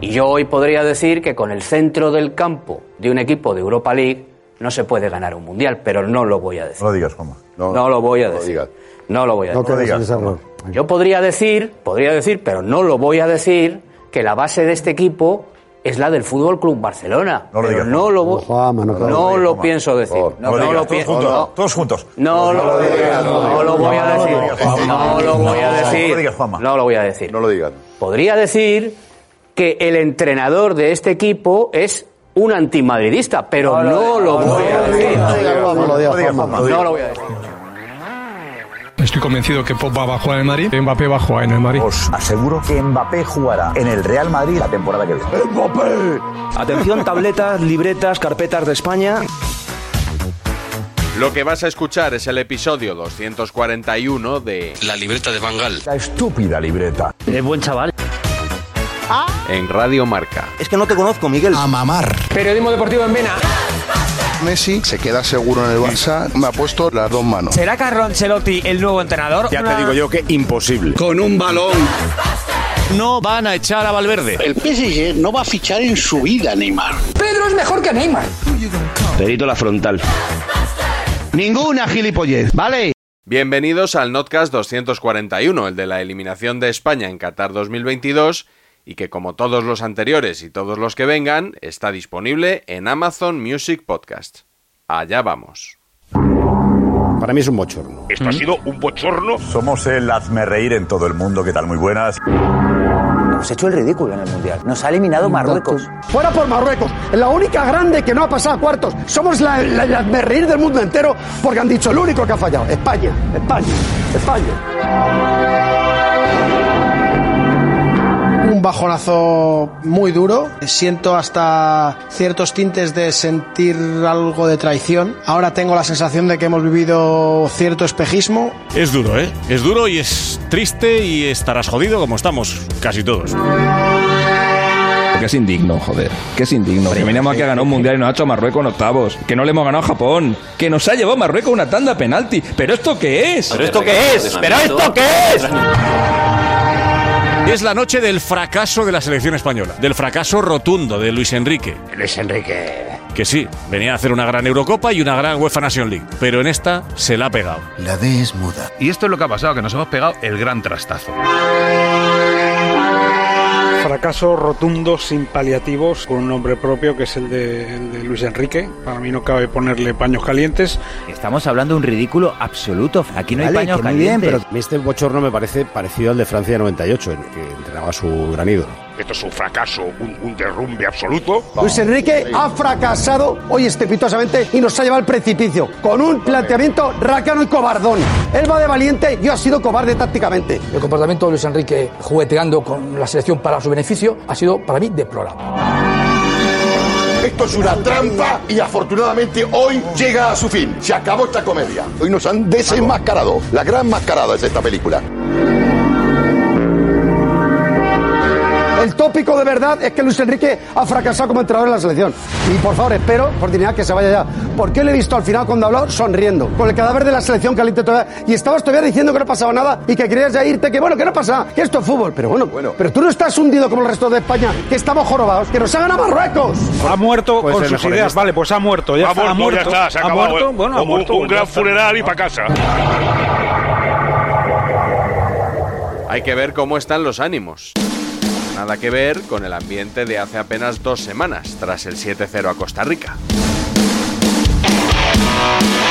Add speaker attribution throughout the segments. Speaker 1: Y yo hoy podría decir que con el centro del campo de un equipo de Europa League no se puede ganar un mundial, pero no lo voy a decir.
Speaker 2: No lo digas, coma.
Speaker 1: No, lo voy a decir. no lo voy a
Speaker 2: No
Speaker 1: decir.
Speaker 2: lo digas. Coma.
Speaker 1: Yo podría decir, podría decir, pero no lo voy a decir, que la base de este equipo es la del Fútbol Club Barcelona.
Speaker 2: No
Speaker 1: Pero
Speaker 2: lo digas,
Speaker 1: no lo voy-
Speaker 3: Juanma, no
Speaker 1: no
Speaker 3: claro.
Speaker 2: digas,
Speaker 1: lo
Speaker 2: Juanma.
Speaker 1: pienso decir.
Speaker 2: No lo
Speaker 1: no
Speaker 2: digas,
Speaker 1: lo
Speaker 2: todos
Speaker 1: pienso.
Speaker 2: juntos. Todos juntos.
Speaker 1: No lo
Speaker 2: digas,
Speaker 1: no lo voy a decir. No lo voy a
Speaker 2: No lo
Speaker 1: decir.
Speaker 2: digas, Juanma.
Speaker 1: No lo voy a decir.
Speaker 4: No lo digan.
Speaker 1: Podría decir que el entrenador de este equipo es un antimadridista, pero no lo voy a decir.
Speaker 3: No lo digas,
Speaker 2: No lo digas,
Speaker 3: Juanma.
Speaker 2: Juanma.
Speaker 1: No lo voy a decir.
Speaker 5: Estoy convencido que Pogba va a jugar en el Madrid, Mbappé va a jugar en el Madrid.
Speaker 2: Os aseguro que Mbappé jugará en el Real Madrid la temporada que viene.
Speaker 6: Atención, tabletas, libretas, carpetas de España.
Speaker 7: Lo que vas a escuchar es el episodio 241 de
Speaker 8: La libreta de Bangal.
Speaker 2: La estúpida libreta.
Speaker 6: Es Eh, buen chaval.
Speaker 7: En Radio Marca.
Speaker 6: Es que no te conozco, Miguel.
Speaker 1: Periodismo deportivo en Vena.
Speaker 4: Messi se queda seguro en el Barça. Me ha puesto las dos manos.
Speaker 6: ¿Será Carlo Ancelotti el nuevo entrenador? Ya te digo yo.
Speaker 8: Con un balón.
Speaker 6: No van a echar a Valverde.
Speaker 8: El PSG no va a fichar en su vida, Neymar.
Speaker 1: Pedro es mejor que Neymar.
Speaker 6: Perito la frontal. Ninguna gilipollez, ¿vale?
Speaker 7: Bienvenidos al Notcast 241, el de la eliminación de España en Qatar 2022 y que como todos los anteriores y todos los que vengan, está disponible en Amazon Music Podcast. Allá vamos.
Speaker 3: Para mí es un bochorno.
Speaker 9: Esto ha sido un bochorno.
Speaker 2: Somos el hazme reír en todo el mundo. ¿Qué tal? Muy buenas.
Speaker 1: Hemos hecho el ridículo en el Mundial. Nos ha eliminado Marruecos.
Speaker 3: Fuera por Marruecos. La única grande que no ha pasado a cuartos. Somos la, la, la de reír del mundo entero porque han dicho lo único que ha fallado. España, España, España.
Speaker 6: Un bajonazo muy duro. Siento hasta ciertos tintes de sentir algo de traición. Ahora tengo la sensación de que hemos vivido cierto espejismo.
Speaker 9: Es duro, ¿eh? Es duro y es triste y estarás jodido como estamos casi todos.
Speaker 6: Que es indigno, joder. Que es indigno. Terminamos que ha ganado un mundial y nos ha hecho a Marruecos en octavos. Que no le hemos ganado a Japón. Que nos ha llevado Marruecos una tanda penalti. ¿Pero esto qué es?
Speaker 8: esto qué es? ¿Pero esto qué es?
Speaker 9: Es la noche del fracaso de la selección española, del fracaso rotundo de Luis Enrique.
Speaker 8: Luis Enrique.
Speaker 9: Que sí, venía a hacer una gran Eurocopa y una gran UEFA Nation League, pero en esta se la ha pegado.
Speaker 8: La D es muda.
Speaker 6: Y esto es lo que ha pasado, que nos hemos pegado el gran trastazo.
Speaker 9: Fracaso rotundo sin paliativos, con un nombre propio que es el de, Luis Enrique. Para mí no cabe ponerle paños calientes.
Speaker 6: Estamos hablando de un ridículo absoluto. Aquí no hay paños calientes.
Speaker 3: A mí Este bochorno me parece parecido al de Francia 98, en el que entrenaba su gran ídolo.
Speaker 9: Esto es un fracaso, un, derrumbe absoluto.
Speaker 3: Luis Enrique ha fracasado hoy estrepitosamente y nos ha llevado al precipicio con un planteamiento rácano y cobardón. Él va de valiente, yo ha sido cobarde tácticamente.
Speaker 1: El comportamiento de Luis Enrique jugueteando con la selección para su beneficio ha sido para mí deplorable.
Speaker 4: Esto es una trampa y afortunadamente hoy llega a su fin. Se acabó esta comedia. Hoy nos han desenmascarado. La gran mascarada es esta película.
Speaker 3: El tópico de verdad es que Luis Enrique ha fracasado como entrenador en la selección. Y por favor, espero, por dignidad, que se vaya ya. Porque le he visto al final cuando habló sonriendo, con el cadáver de la selección caliente todavía. Y estabas todavía diciendo que no pasaba nada y que querías ya irte, que bueno, que no pasa nada, que esto es fútbol. Pero bueno,
Speaker 4: Bueno.
Speaker 3: pero tú no estás hundido como el resto de España, que estamos jorobados, que nos hagan a Marruecos.
Speaker 6: Ha muerto
Speaker 3: Puede ser mejor en esta.
Speaker 6: Vale, pues ha muerto. Ya está,
Speaker 9: eh. un, gran funeral y para casa.
Speaker 7: Hay que ver cómo están los ánimos. Nada que ver con el ambiente de hace apenas dos semanas, tras el 7-0 a Costa Rica.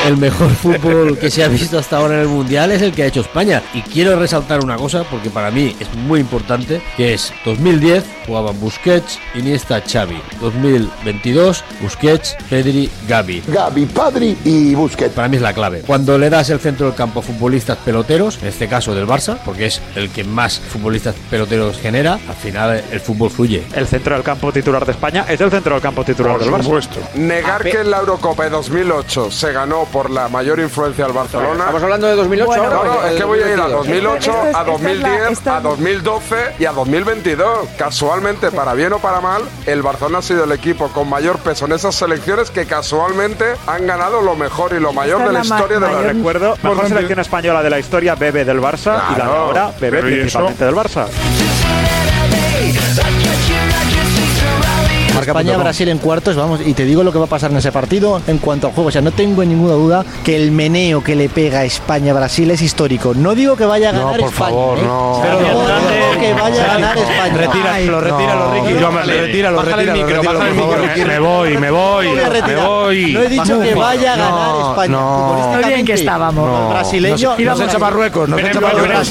Speaker 6: El mejor fútbol que se ha visto hasta ahora en el Mundial es el que ha hecho España. Y quiero resaltar una cosa, porque para mí es muy importante, que es 2010 jugaban Busquets, Iniesta, Xavi. 2022, Busquets, Pedri, Gavi.
Speaker 3: Gavi, Padri y Busquets.
Speaker 6: Para mí es la clave. Cuando le das el centro del campo a futbolistas peloteros, en este caso del Barça, porque es el que más futbolistas peloteros genera, al final el fútbol fluye.
Speaker 10: El centro del campo titular de España es el centro del campo titular del Barça.
Speaker 11: Ah,
Speaker 12: Negar que en la Eurocopa de 2008 se ganó por la mayor influencia del Barcelona.
Speaker 11: Estamos hablando de 2008
Speaker 12: No,
Speaker 11: ahora,
Speaker 12: no,
Speaker 11: pues,
Speaker 12: es que voy a ir a
Speaker 11: 2022.
Speaker 12: 2008,
Speaker 11: Esto es-
Speaker 12: a
Speaker 11: esta es
Speaker 12: 2010,
Speaker 11: la- esta-
Speaker 12: a 2012 y a 2022. Casualmente, para bien o para mal, el Barcelona ha sido el equipo con mayor peso en esas selecciones que casualmente han ganado lo mejor y lo mayor de la, historia de la
Speaker 10: Recuerdo, mejor selección española de la historia, Bebe del Barça, y la de
Speaker 12: Claro,
Speaker 10: ahora, Bebe
Speaker 12: pero ¿y eso?
Speaker 10: principalmente del Barça.
Speaker 13: España Brasil en cuartos, vamos, y te digo lo que va a pasar en ese partido en cuanto al juego, o sea, no tengo ninguna duda que el meneo que le pega España Brasil es histórico. No digo que vaya a ganar
Speaker 12: por
Speaker 13: España,
Speaker 12: favor,
Speaker 13: ¿eh?
Speaker 12: no.
Speaker 13: Pero
Speaker 12: Xavi
Speaker 13: no
Speaker 12: Hernández.
Speaker 13: digo que vaya a ganar España.
Speaker 12: Retíralo, retíralo, Ricky.
Speaker 14: Eh,
Speaker 12: retíralo, retíralo, retíralo, por favor, Ricky.
Speaker 15: Me voy, me voy,
Speaker 13: voy a
Speaker 15: me
Speaker 13: retirar.
Speaker 15: voy.
Speaker 13: No he dicho que vaya a ganar España.
Speaker 16: No bien que estábamos.
Speaker 13: No. Brasileño,
Speaker 16: Nos-
Speaker 13: no
Speaker 16: nos echa Marruecos, nos echa Marruecos.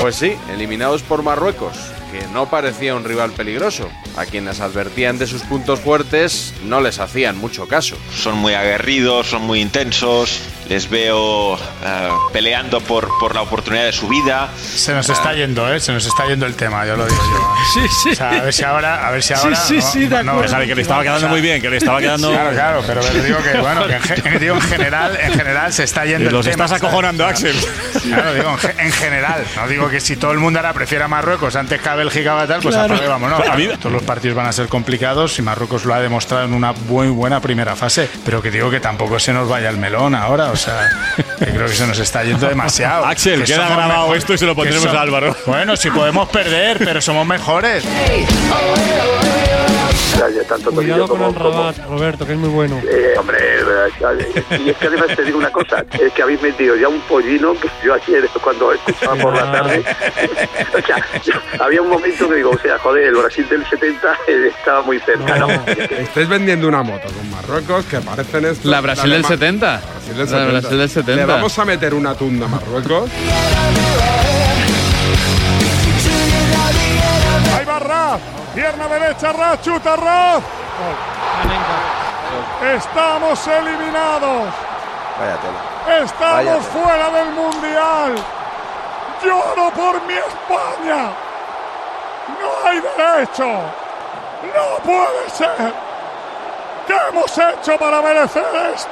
Speaker 7: Pues sí, eliminados por Marruecos, que no parecía un rival peligroso. A quienes advertían de sus puntos fuertes no les hacían mucho caso.
Speaker 17: Son muy aguerridos, son muy intensos. Les veo eh, peleando por, por la oportunidad de su vida.
Speaker 18: Se nos está yendo, ¿eh? Se nos está yendo el tema, yo lo digo. Sí, sí. O sea, a ver si ahora, a ver si ahora.
Speaker 9: Sí, sí, sí, de acuerdo. Sabe que le estaba quedando muy bien, que le estaba quedando-
Speaker 18: Claro, claro, pero le digo que, bueno, que en, ge- digo, en general, en general se está yendo
Speaker 9: Los
Speaker 18: el tema.
Speaker 9: estás acojonando, Axel.
Speaker 18: Claro, digo, en, ge- en general. No digo que si todo el mundo ahora prefiera Marruecos antes que a Bélgica o tal, pues
Speaker 9: Claro.
Speaker 18: apague, vámonos.
Speaker 9: A mí-
Speaker 18: Todos los partidos van a ser complicados y Marruecos lo ha demostrado en una muy buena primera fase. Pero que digo que tampoco se nos vaya el melón ahora, o sea, que creo que se nos está yendo demasiado.
Speaker 9: Axel,
Speaker 18: Que
Speaker 9: queda
Speaker 18: somos
Speaker 9: grabado
Speaker 18: mejor-
Speaker 9: esto y se lo
Speaker 18: que
Speaker 9: pondremos
Speaker 18: som-
Speaker 9: a Álvaro.
Speaker 18: Bueno, si podemos perder, pero somos mejores.
Speaker 19: Cuidado con el Rabat, Roberto, que es muy bueno.
Speaker 2: Eh, hombre, es verdad, Xavi. y es que además te digo una cosa, es que habéis metido ya un pollino que yo ayer cuando escuchaba por la tarde, o sea, había un momento que digo, o sea, joder, el Brasil del 70 estaba muy cerca, ¿no?
Speaker 12: Estáis vendiendo una moto con Marruecos que parecen estos-
Speaker 20: La Brasil del
Speaker 12: Alema-
Speaker 20: 70.
Speaker 12: La Brasil del
Speaker 20: La
Speaker 12: 70.
Speaker 20: Brasil del 70.
Speaker 12: Le vamos a meter una tunda a Marruecos.
Speaker 21: Ahí va Raf, pierna derecha, Raf, chuta Raf. Estamos eliminados,
Speaker 3: Vaya tela. Vaya.
Speaker 21: estamos fuera del mundial. Lloro por mi España. No hay derecho, no puede ser. ¿Qué hemos hecho para merecer esto?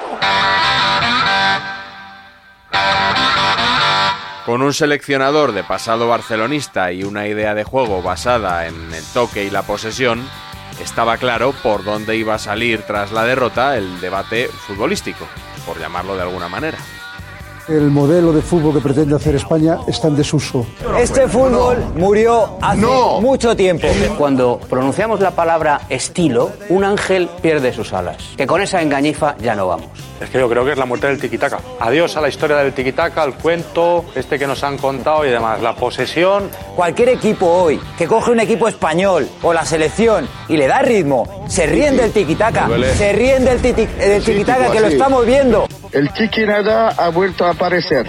Speaker 7: Con un seleccionador de pasado barcelonista y una idea de juego basada en el toque y la posesión, estaba claro por dónde iba a salir tras la derrota el debate futbolístico, por llamarlo de alguna manera.
Speaker 22: El modelo de fútbol que pretende hacer España está en desuso.
Speaker 1: Este fútbol murió hace mucho tiempo. Cuando pronunciamos la palabra estilo, un ángel pierde sus alas. Que con esa engañifa ya no vamos.
Speaker 23: Es que yo creo que es la muerte del tiquitaca. Adiós a la historia del tiquitaca, al cuento, este que nos han contado y demás. La posesión.
Speaker 14: Cualquier equipo hoy que coge un equipo español o la selección y le da ritmo, se ríen del tiquitaca,
Speaker 3: Me duele.
Speaker 14: se ríen del, titi-
Speaker 12: eh,
Speaker 14: del
Speaker 3: Sí,
Speaker 14: tiquitaca
Speaker 3: tipo
Speaker 14: que lo
Speaker 3: así.
Speaker 14: estamos viendo.
Speaker 3: El Chiqui Nada ha vuelto a aparecer.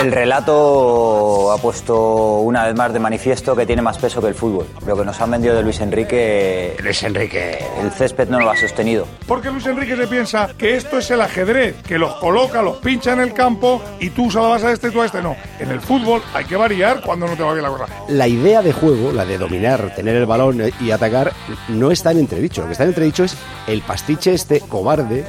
Speaker 14: El relato ha puesto una vez más de manifiesto que tiene más peso que el fútbol. Lo que nos han vendido de Luis Enrique. Luis Enrique. El césped no lo ha sostenido.
Speaker 23: Porque Luis Enrique se piensa que esto es el ajedrez, que los coloca, los pincha en el campo y tú usabas a este, tú a este. No, en el fútbol hay que variar cuando no te va bien la cosa.
Speaker 24: la idea de juego, la de dominar, tener el balón eh, y atacar, no está en entredicho. Lo que está en entredicho es el pastiche este cobarde,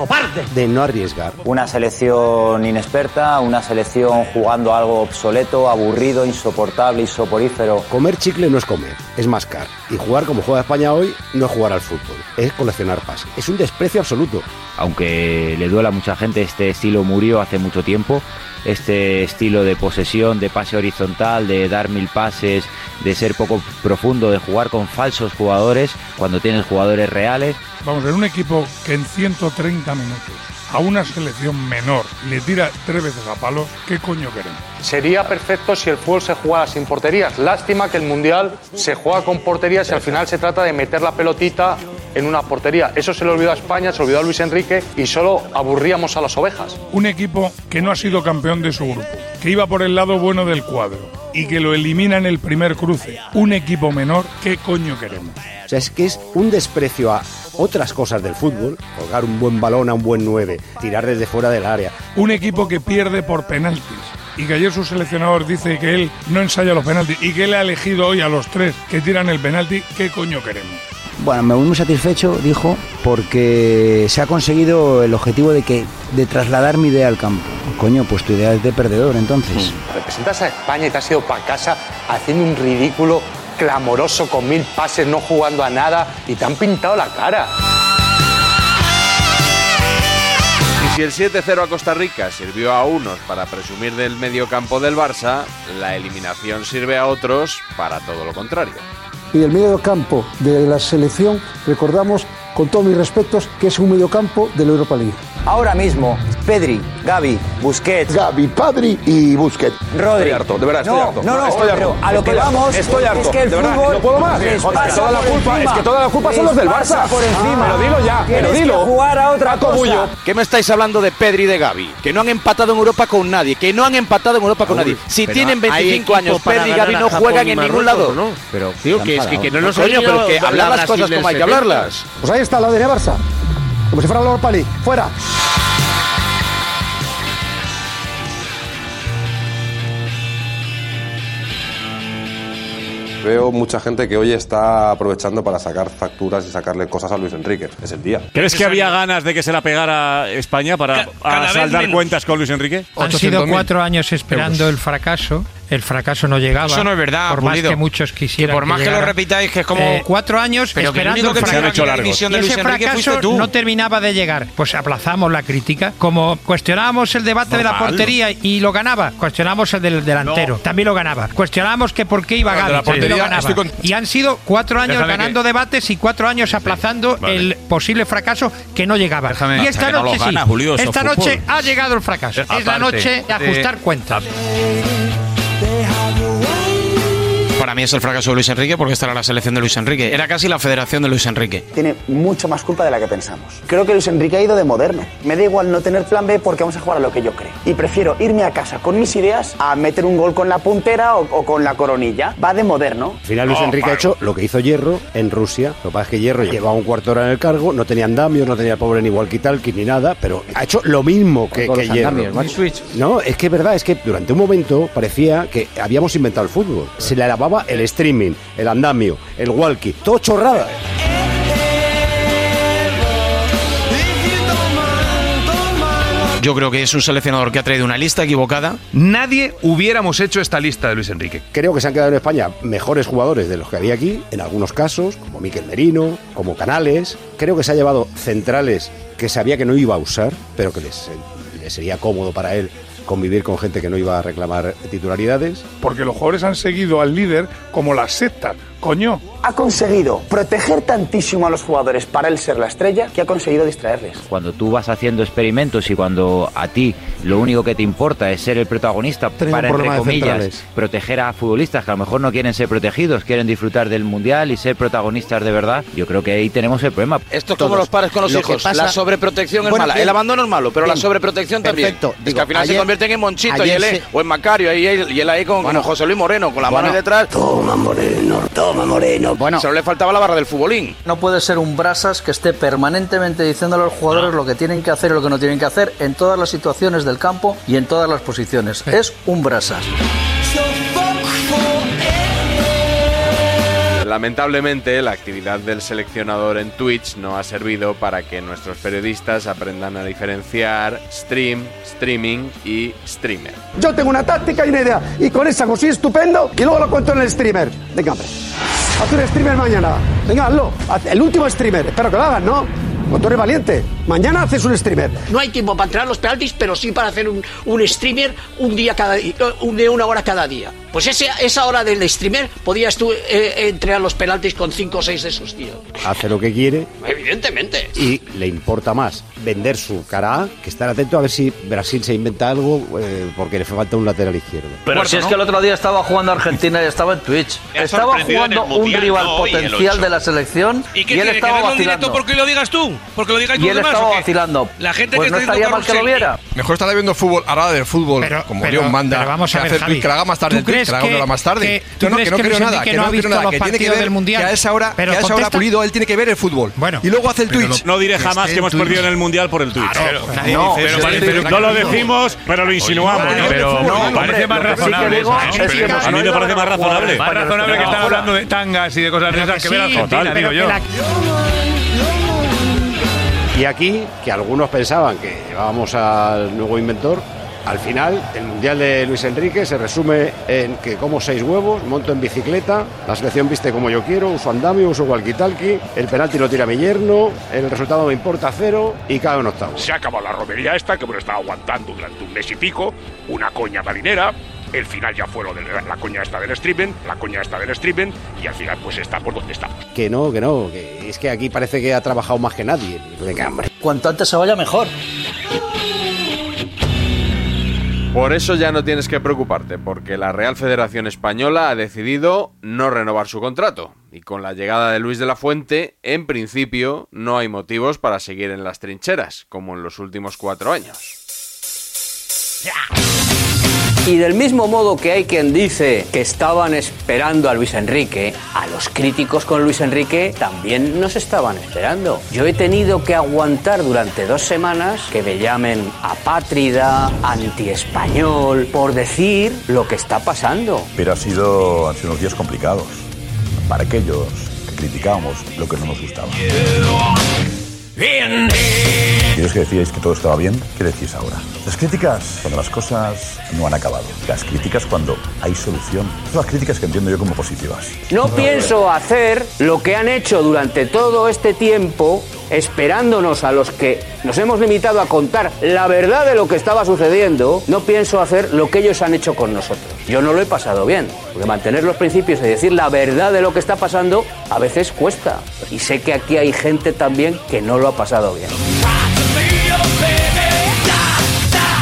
Speaker 24: de no arriesgar.
Speaker 14: Una selección inexperta, una selección jugando algo obsoleto, aburrido, insoportable, insoporífero.
Speaker 24: Comer chicle no es comer, es mascar. Y jugar como juega España hoy no es jugar al fútbol, es coleccionar pases. Es un desprecio absoluto.
Speaker 25: aunque le duela a mucha gente, este estilo murió hace mucho tiempo. Este estilo de posesión, de pase horizontal, de dar mil pases, de ser poco profundo, de jugar con falsos jugadores cuando tienes jugadores reales.
Speaker 23: Vamos, en un equipo que en 130 minutos a una selección menor le tira tres veces a palos, ¿qué coño queremos?
Speaker 13: Sería perfecto si el fútbol se jugara sin porterías. Lástima que el Mundial se juega con porterías y al final se trata de meter la pelotita en una portería. Eso se le olvidó a España, se lo olvidó a Luis Enrique y solo aburríamos a las ovejas.
Speaker 23: Un equipo que no ha sido campeón de su grupo, que iba por el lado bueno del cuadro y que lo elimina en el primer cruce. Un equipo menor, ¿qué coño queremos?
Speaker 6: O sea, es que es un desprecio a otras cosas del fútbol, colgar un buen balón a un buen 9, tirar desde fuera del área.
Speaker 23: Un equipo que pierde por penaltis. Y que ayer su seleccionador dice que él no ensaya los penaltis y que él ha elegido hoy a los tres que tiran el penalti, ¿qué coño queremos?
Speaker 13: Bueno, me voy muy satisfecho, dijo, porque se ha conseguido el objetivo de que de trasladar mi idea al campo. Coño, pues tu idea es de perdedor, entonces.
Speaker 25: Mm.
Speaker 13: Representas a España y te has ido para casa haciendo un ridículo clamoroso con mil pases, no jugando a nada y te han pintado la cara.
Speaker 7: Y si el 7-0 a Costa Rica sirvió a unos para presumir del mediocampo del Barça, la eliminación sirve a otros para todo lo contrario.
Speaker 3: Y el mediocampo de la selección, recordamos con todos mis respetos que es un mediocampo de la Europa League.
Speaker 13: Ahora mismo, Pedri, Gaby, Busquets.
Speaker 4: Gaby, Padri y Busquets.
Speaker 13: Rodri.
Speaker 4: Estoy harto, de verdad,
Speaker 13: no,
Speaker 4: estoy harto.
Speaker 13: No, no,
Speaker 4: estoy
Speaker 13: pero
Speaker 4: harto.
Speaker 13: a lo que
Speaker 4: Estoy harto,
Speaker 13: vamos
Speaker 4: Estoy harto,
Speaker 13: es que el
Speaker 4: de verdad,
Speaker 13: fútbol
Speaker 4: no puedo más.
Speaker 13: les
Speaker 4: Joder,
Speaker 13: pasa
Speaker 4: toda la
Speaker 13: por
Speaker 4: culpa,
Speaker 13: encima.
Speaker 4: es que toda la culpa son los del
Speaker 13: Les pasa
Speaker 4: Barça. Ah,
Speaker 13: por encima.
Speaker 4: Pero dilo ya,
Speaker 13: Tienes
Speaker 4: pero dilo.
Speaker 13: que jugar a otra cosa.
Speaker 26: ¿Qué me estáis hablando de Pedri y de Gaby? Que no han empatado en Europa con nadie, que no han empatado en Europa con nadie. Si
Speaker 14: pero
Speaker 26: tienen
Speaker 14: hay
Speaker 26: 25
Speaker 14: equipo
Speaker 26: años,
Speaker 14: para
Speaker 26: Pedri y
Speaker 14: ganar
Speaker 26: Gaby
Speaker 14: a
Speaker 26: no
Speaker 14: Japón
Speaker 26: juegan
Speaker 14: y
Speaker 26: en ningún
Speaker 14: Marruecos,
Speaker 26: lado.
Speaker 14: ¿no? Pero, tío,
Speaker 26: Están
Speaker 14: que es que-
Speaker 26: parados.
Speaker 14: que no nos
Speaker 26: Coño,
Speaker 14: han
Speaker 26: pero
Speaker 14: ido
Speaker 26: que
Speaker 14: a
Speaker 26: hablar las
Speaker 14: Brasil
Speaker 26: cosas
Speaker 14: del
Speaker 26: como hay que
Speaker 14: 70.
Speaker 26: hablarlas.
Speaker 3: Pues ahí está la de Barça. Como si fuera la Europa League. Fuera.
Speaker 12: Veo mucha gente que hoy está aprovechando para sacar facturas y sacarle cosas a Luis Enrique. Es el día.
Speaker 9: ¿Crees que había ganas de que se la pegara España para a
Speaker 12: cada vez
Speaker 9: saldar
Speaker 12: menos.
Speaker 9: cuentas con Luis Enrique?
Speaker 27: Han sido cuatro años esperando el fracaso. El fracaso no llegaba.
Speaker 28: Eso no es verdad,
Speaker 27: Por
Speaker 28: Pulido.
Speaker 27: más que muchos quisieran.
Speaker 28: Que por más que
Speaker 27: llegara.
Speaker 28: lo repitáis, que es como-
Speaker 27: Eh, cuatro años
Speaker 28: Pero que el
Speaker 27: esperando
Speaker 28: único que
Speaker 27: el
Speaker 28: se
Speaker 27: fracaso.
Speaker 28: ha hecho largo.
Speaker 27: Y
Speaker 28: división de
Speaker 27: ese
Speaker 28: Luis Enrique
Speaker 27: fracaso
Speaker 28: fuiste tú.
Speaker 27: no terminaba de llegar. Pues aplazamos la crítica. Como cuestionábamos el debate de la
Speaker 28: Normal.
Speaker 27: portería y lo ganaba, cuestionábamos el del delantero. También lo ganaba. Cuestionábamos que por qué iba
Speaker 28: Lo de la
Speaker 27: Gaby. También lo
Speaker 28: portería,
Speaker 27: ganaba.
Speaker 28: estoy con-
Speaker 27: Y han sido cuatro años
Speaker 28: Déjame
Speaker 27: ganando debates y cuatro años aplazando el posible fracaso que no llegaba.
Speaker 28: Déjame-
Speaker 27: Y esta
Speaker 28: que no lo
Speaker 27: noche sí.
Speaker 28: gana, Julio, eso
Speaker 27: Esta
Speaker 28: es fútbol.
Speaker 27: noche ha llegado el
Speaker 9: Eh,
Speaker 27: fracaso. Es la
Speaker 28: Aparte
Speaker 27: noche de
Speaker 28: de-
Speaker 27: ajustar cuentas.
Speaker 28: Para mí es el fracaso de Luis Enrique porque esta era la selección de Luis Enrique. Era casi la federación de Luis Enrique.
Speaker 12: tiene mucho más culpa de la que pensamos. Creo que Luis Enrique ha ido de moderno. Me da igual no tener plan B porque vamos a jugar a lo que yo creo. Y prefiero irme a casa con mis ideas a meter un gol con la puntera o, o con la coronilla. Va de moderno.
Speaker 6: Al final Luis Enrique ha hecho lo que hizo Hierro en Rusia. Lo que pasa es que Hierro llevaba un cuarto de hora en el cargo, no tenía andamios, no tenía pobre ni walkie-talkie ni nada, pero ha hecho lo mismo que, Con que los andamios, Hierro. macho. No, es que es verdad, es que durante un momento parecía que habíamos inventado el fútbol. Se le alababa el streaming, el andamio, el walkie, todo chorrada.
Speaker 28: Yo creo que es un seleccionador que ha traído una lista equivocada.
Speaker 6: Nadie hubiéramos hecho esta lista de Luis Enrique. Creo que se han quedado en España mejores jugadores de los que había aquí, en algunos casos, como Miquel Merino, como Canales. Creo que se ha llevado centrales que sabía que no iba a usar, pero que les, les sería cómodo para él convivir con gente que no iba a reclamar titularidades.
Speaker 23: Porque los jugadores han seguido al líder como las sectas. Coño.
Speaker 12: Ha conseguido proteger tantísimo a los jugadores para él ser la estrella que ha conseguido distraerles.
Speaker 14: Cuando tú vas haciendo experimentos y cuando a ti lo único que te importa es ser el protagonista
Speaker 29: Tenemos
Speaker 14: para,
Speaker 29: un
Speaker 14: entre
Speaker 29: problema de
Speaker 14: comillas,
Speaker 29: centrales.
Speaker 14: proteger a futbolistas que a lo mejor no quieren ser protegidos, quieren disfrutar del Mundial y ser protagonistas de verdad, yo creo que ahí tenemos el problema.
Speaker 26: Esto es como los padres con los hijos. La sobreprotección es
Speaker 14: Bueno,
Speaker 26: mala.
Speaker 14: bien.
Speaker 26: El abandono es malo, pero la
Speaker 14: Bien.
Speaker 26: sobreprotección
Speaker 14: Perfecto.
Speaker 26: también. es que
Speaker 14: Digo,
Speaker 26: al final se
Speaker 14: ayer-
Speaker 26: convierten en Monchito y
Speaker 14: ayer
Speaker 26: él,
Speaker 14: se-
Speaker 26: o en Macario y él, y él ahí con, como José Luis Moreno, con la mano
Speaker 14: Bueno.
Speaker 26: ahí detrás.
Speaker 30: Toma, Moreno, toma, Moreno. Bueno.
Speaker 26: Solo le faltaba la barra del futbolín.
Speaker 30: No puede ser un brasas que esté permanentemente diciendo a los jugadores lo que tienen que hacer y lo que no tienen que hacer en todas las situaciones del campo y en todas las posiciones. Es un brasas.
Speaker 7: Lamentablemente, la actividad del seleccionador en Twitch no ha servido para que nuestros periodistas aprendan a diferenciar stream, streaming y streamer.
Speaker 3: Yo tengo una táctica y una idea. Y con esa cosí estupendo. Y luego lo cuento en el streamer. Venga, hombre. Haz un streamer mañana. Venga, hazlo. Haz el último streamer. Espero que lo hagas, ¿no? Cuando eres valiente. Mañana haces un streamer.
Speaker 1: No hay tiempo para entrar los penaltis, pero sí para hacer un, un streamer un día cada di- un de una hora cada día. Pues ese, esa hora del streamer podías tú eh, entrenar los penaltis con cinco o seis de esos tíos.
Speaker 6: Hace lo que quiere
Speaker 1: Evidentemente.
Speaker 6: y le importa más vender su cara A, que estar atento a ver si Brasil se inventa algo eh, porque le falta un lateral izquierdo.
Speaker 30: Pero si es que el otro día estaba jugando Argentina y estaba en Twitch.
Speaker 6: Me ha
Speaker 30: Estaba
Speaker 6: sorprendido en
Speaker 30: jugando
Speaker 6: el Mundial,
Speaker 30: un rival
Speaker 6: no hoy, el
Speaker 30: potencial
Speaker 6: ocho.
Speaker 30: de la selección y,
Speaker 8: ¿Y qué
Speaker 30: él
Speaker 8: tiene que
Speaker 30: estaba
Speaker 8: verlo en directo
Speaker 30: vacilando.
Speaker 8: porque lo digas tú? Porque lo digáis
Speaker 30: Y
Speaker 8: los
Speaker 30: él
Speaker 8: demás.
Speaker 30: estaba
Speaker 8: ¿o qué?
Speaker 30: vacilando.
Speaker 8: La gente
Speaker 30: Pues
Speaker 8: que
Speaker 30: no
Speaker 8: está diciendo
Speaker 30: estaría mal que lo
Speaker 8: carrusel.
Speaker 30: viera.
Speaker 9: Mejor estar viendo fútbol, ahora del fútbol, como
Speaker 27: pero-
Speaker 9: Dios manda.
Speaker 27: pero vamos a
Speaker 9: que
Speaker 27: ver,
Speaker 9: hacer
Speaker 27: Javi,
Speaker 9: tweet, que la haga más tarde
Speaker 27: ¿tú
Speaker 9: el tweet,
Speaker 27: crees
Speaker 9: que la haga
Speaker 27: que-
Speaker 9: una más tarde.
Speaker 27: que-
Speaker 9: no,
Speaker 27: tú
Speaker 9: no, que
Speaker 27: crees
Speaker 9: no
Speaker 27: que
Speaker 9: quiero
Speaker 27: Luis
Speaker 9: nada,
Speaker 27: Enrique
Speaker 9: que
Speaker 27: no
Speaker 9: no,
Speaker 27: ha
Speaker 9: quiero
Speaker 27: visto
Speaker 9: nada,
Speaker 27: los
Speaker 9: que tiene que
Speaker 27: partidos
Speaker 9: ver
Speaker 27: del Mundial?
Speaker 9: que a esa hora,
Speaker 27: Pero
Speaker 9: que a esa hora
Speaker 27: contesta-
Speaker 9: pulido, él tiene que ver el fútbol. y luego hace el
Speaker 18: Pero
Speaker 9: Twitch.
Speaker 18: no diré jamás que hemos perdido en el mundial por el Twitch.
Speaker 9: Claro, nadie
Speaker 18: no,
Speaker 9: dice eso.
Speaker 18: pero-
Speaker 9: Pero-
Speaker 18: no lo decimos, pero lo insinuamos. ¿eh?
Speaker 9: Oye, pero- no, hombre, lo que sí que digo es que
Speaker 18: A mí me
Speaker 9: no
Speaker 18: parece más
Speaker 9: jugadores
Speaker 18: razonable.
Speaker 9: para
Speaker 31: Más razonable que estar hablando de tangas y de cosas de
Speaker 18: Pero
Speaker 31: esas
Speaker 18: que
Speaker 31: que ver
Speaker 18: sí,
Speaker 31: Argentina,
Speaker 18: total,
Speaker 31: digo
Speaker 18: pero
Speaker 31: yo.
Speaker 18: que la-
Speaker 6: Y aquí, que algunos pensaban que llevábamos al nuevo inventor, al final el Mundial de Luis Enrique se resume en que como seis huevos, monto en bicicleta, la selección viste como yo quiero, uso andamio, uso walkie-talkie, el penalti lo tira mi yerno, el resultado me importa cero y cae en octavo.
Speaker 32: Se ha acabado la romería esta que me lo estaba aguantando durante un mes y pico, una coña marinera. El final ya fue lo de la, la coña esta del streaming, la coña esta del streaming, y al final pues está por donde está.
Speaker 6: Que no, que no, que es que aquí parece que ha trabajado más que nadie. Venga, hombre.
Speaker 30: Cuanto antes se vaya, mejor.
Speaker 7: Por eso ya no tienes que preocuparte, porque la Real Federación Española ha decidido no renovar su contrato. Y con la llegada de Luis de la Fuente, en principio, no hay motivos para seguir en las trincheras, como en los últimos cuatro años.
Speaker 1: Y del mismo modo que hay quien dice que estaban esperando a Luis Enrique, a los críticos con Luis Enrique también nos estaban esperando. Yo he tenido que aguantar durante dos semanas que me llamen apátrida, antiespañol, por decir lo que está pasando.
Speaker 2: Pero ha sido, han sido unos días complicados para aquellos que criticábamos lo que no nos gustaba. Aquellos que decíais que todo estaba bien, ¿qué decís ahora? Las críticas cuando las cosas no han acabado. Las críticas cuando hay solución. Son las críticas que entiendo yo como positivas.
Speaker 1: No pienso hacer lo que han hecho durante todo este tiempo, esperándonos a los que nos hemos limitado a contar la verdad de lo que estaba sucediendo. No pienso hacer lo que ellos han hecho con nosotros. Yo no lo he pasado bien, porque mantener los principios y decir la verdad de lo que está pasando a veces cuesta. Y sé que aquí hay gente también que no lo ha pasado bien.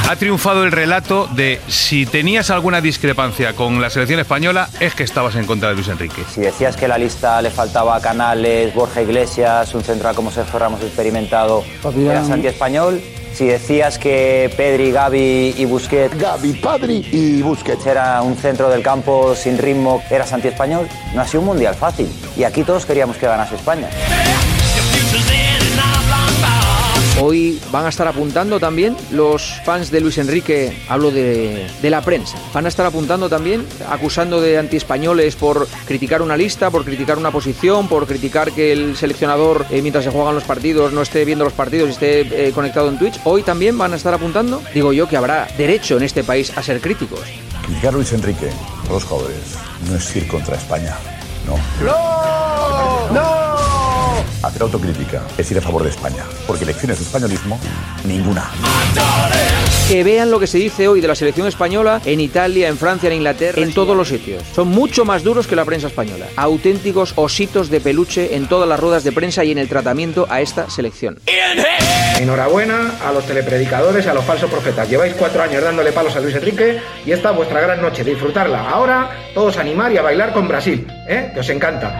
Speaker 31: Ha triunfado el relato de si tenías alguna discrepancia con la selección española es que estabas en contra de Luis Enrique.
Speaker 14: Si decías que la lista le faltaba Canales, Borja Iglesias, un central como Sergio Ramos experimentado,
Speaker 2: ya.
Speaker 14: eras anti-español. Si decías que Pedri, Gaby y Busquets... Gaby, Padri y Busquets. Era un centro del campo sin ritmo, eras anti-español. No ha sido un mundial fácil. Y aquí todos queríamos que ganase España.
Speaker 33: Hoy van a estar apuntando también los fans de Luis Enrique, hablo de, de la prensa, van a estar apuntando también, acusando de antiespañoles por criticar una lista, por criticar una posición, por criticar que el seleccionador, eh, mientras se juegan los partidos, no esté viendo los partidos y esté eh, conectado en Twitch. Hoy también van a estar apuntando, digo yo, que habrá derecho en este país a ser críticos.
Speaker 2: Criticar a Luis Enrique a los jóvenes no es ir contra España. No. ¡No! ¡No! Hacer autocrítica es ir a favor de España. Porque lecciones de españolismo, ninguna.
Speaker 33: Que vean lo que se dice hoy de la selección española en Italia, en Francia, en Inglaterra, en todos los sitios. Son mucho más duros que la prensa española. Auténticos ositos de peluche en todas las ruedas de prensa y en el tratamiento a esta selección.
Speaker 34: Enhorabuena a los telepredicadores y a los falsos profetas. Lleváis cuatro años dándole palos a Luis Enrique y esta es vuestra gran noche. Disfrutarla. Ahora, todos a animar y a bailar con Brasil, ¿eh? Que os encanta.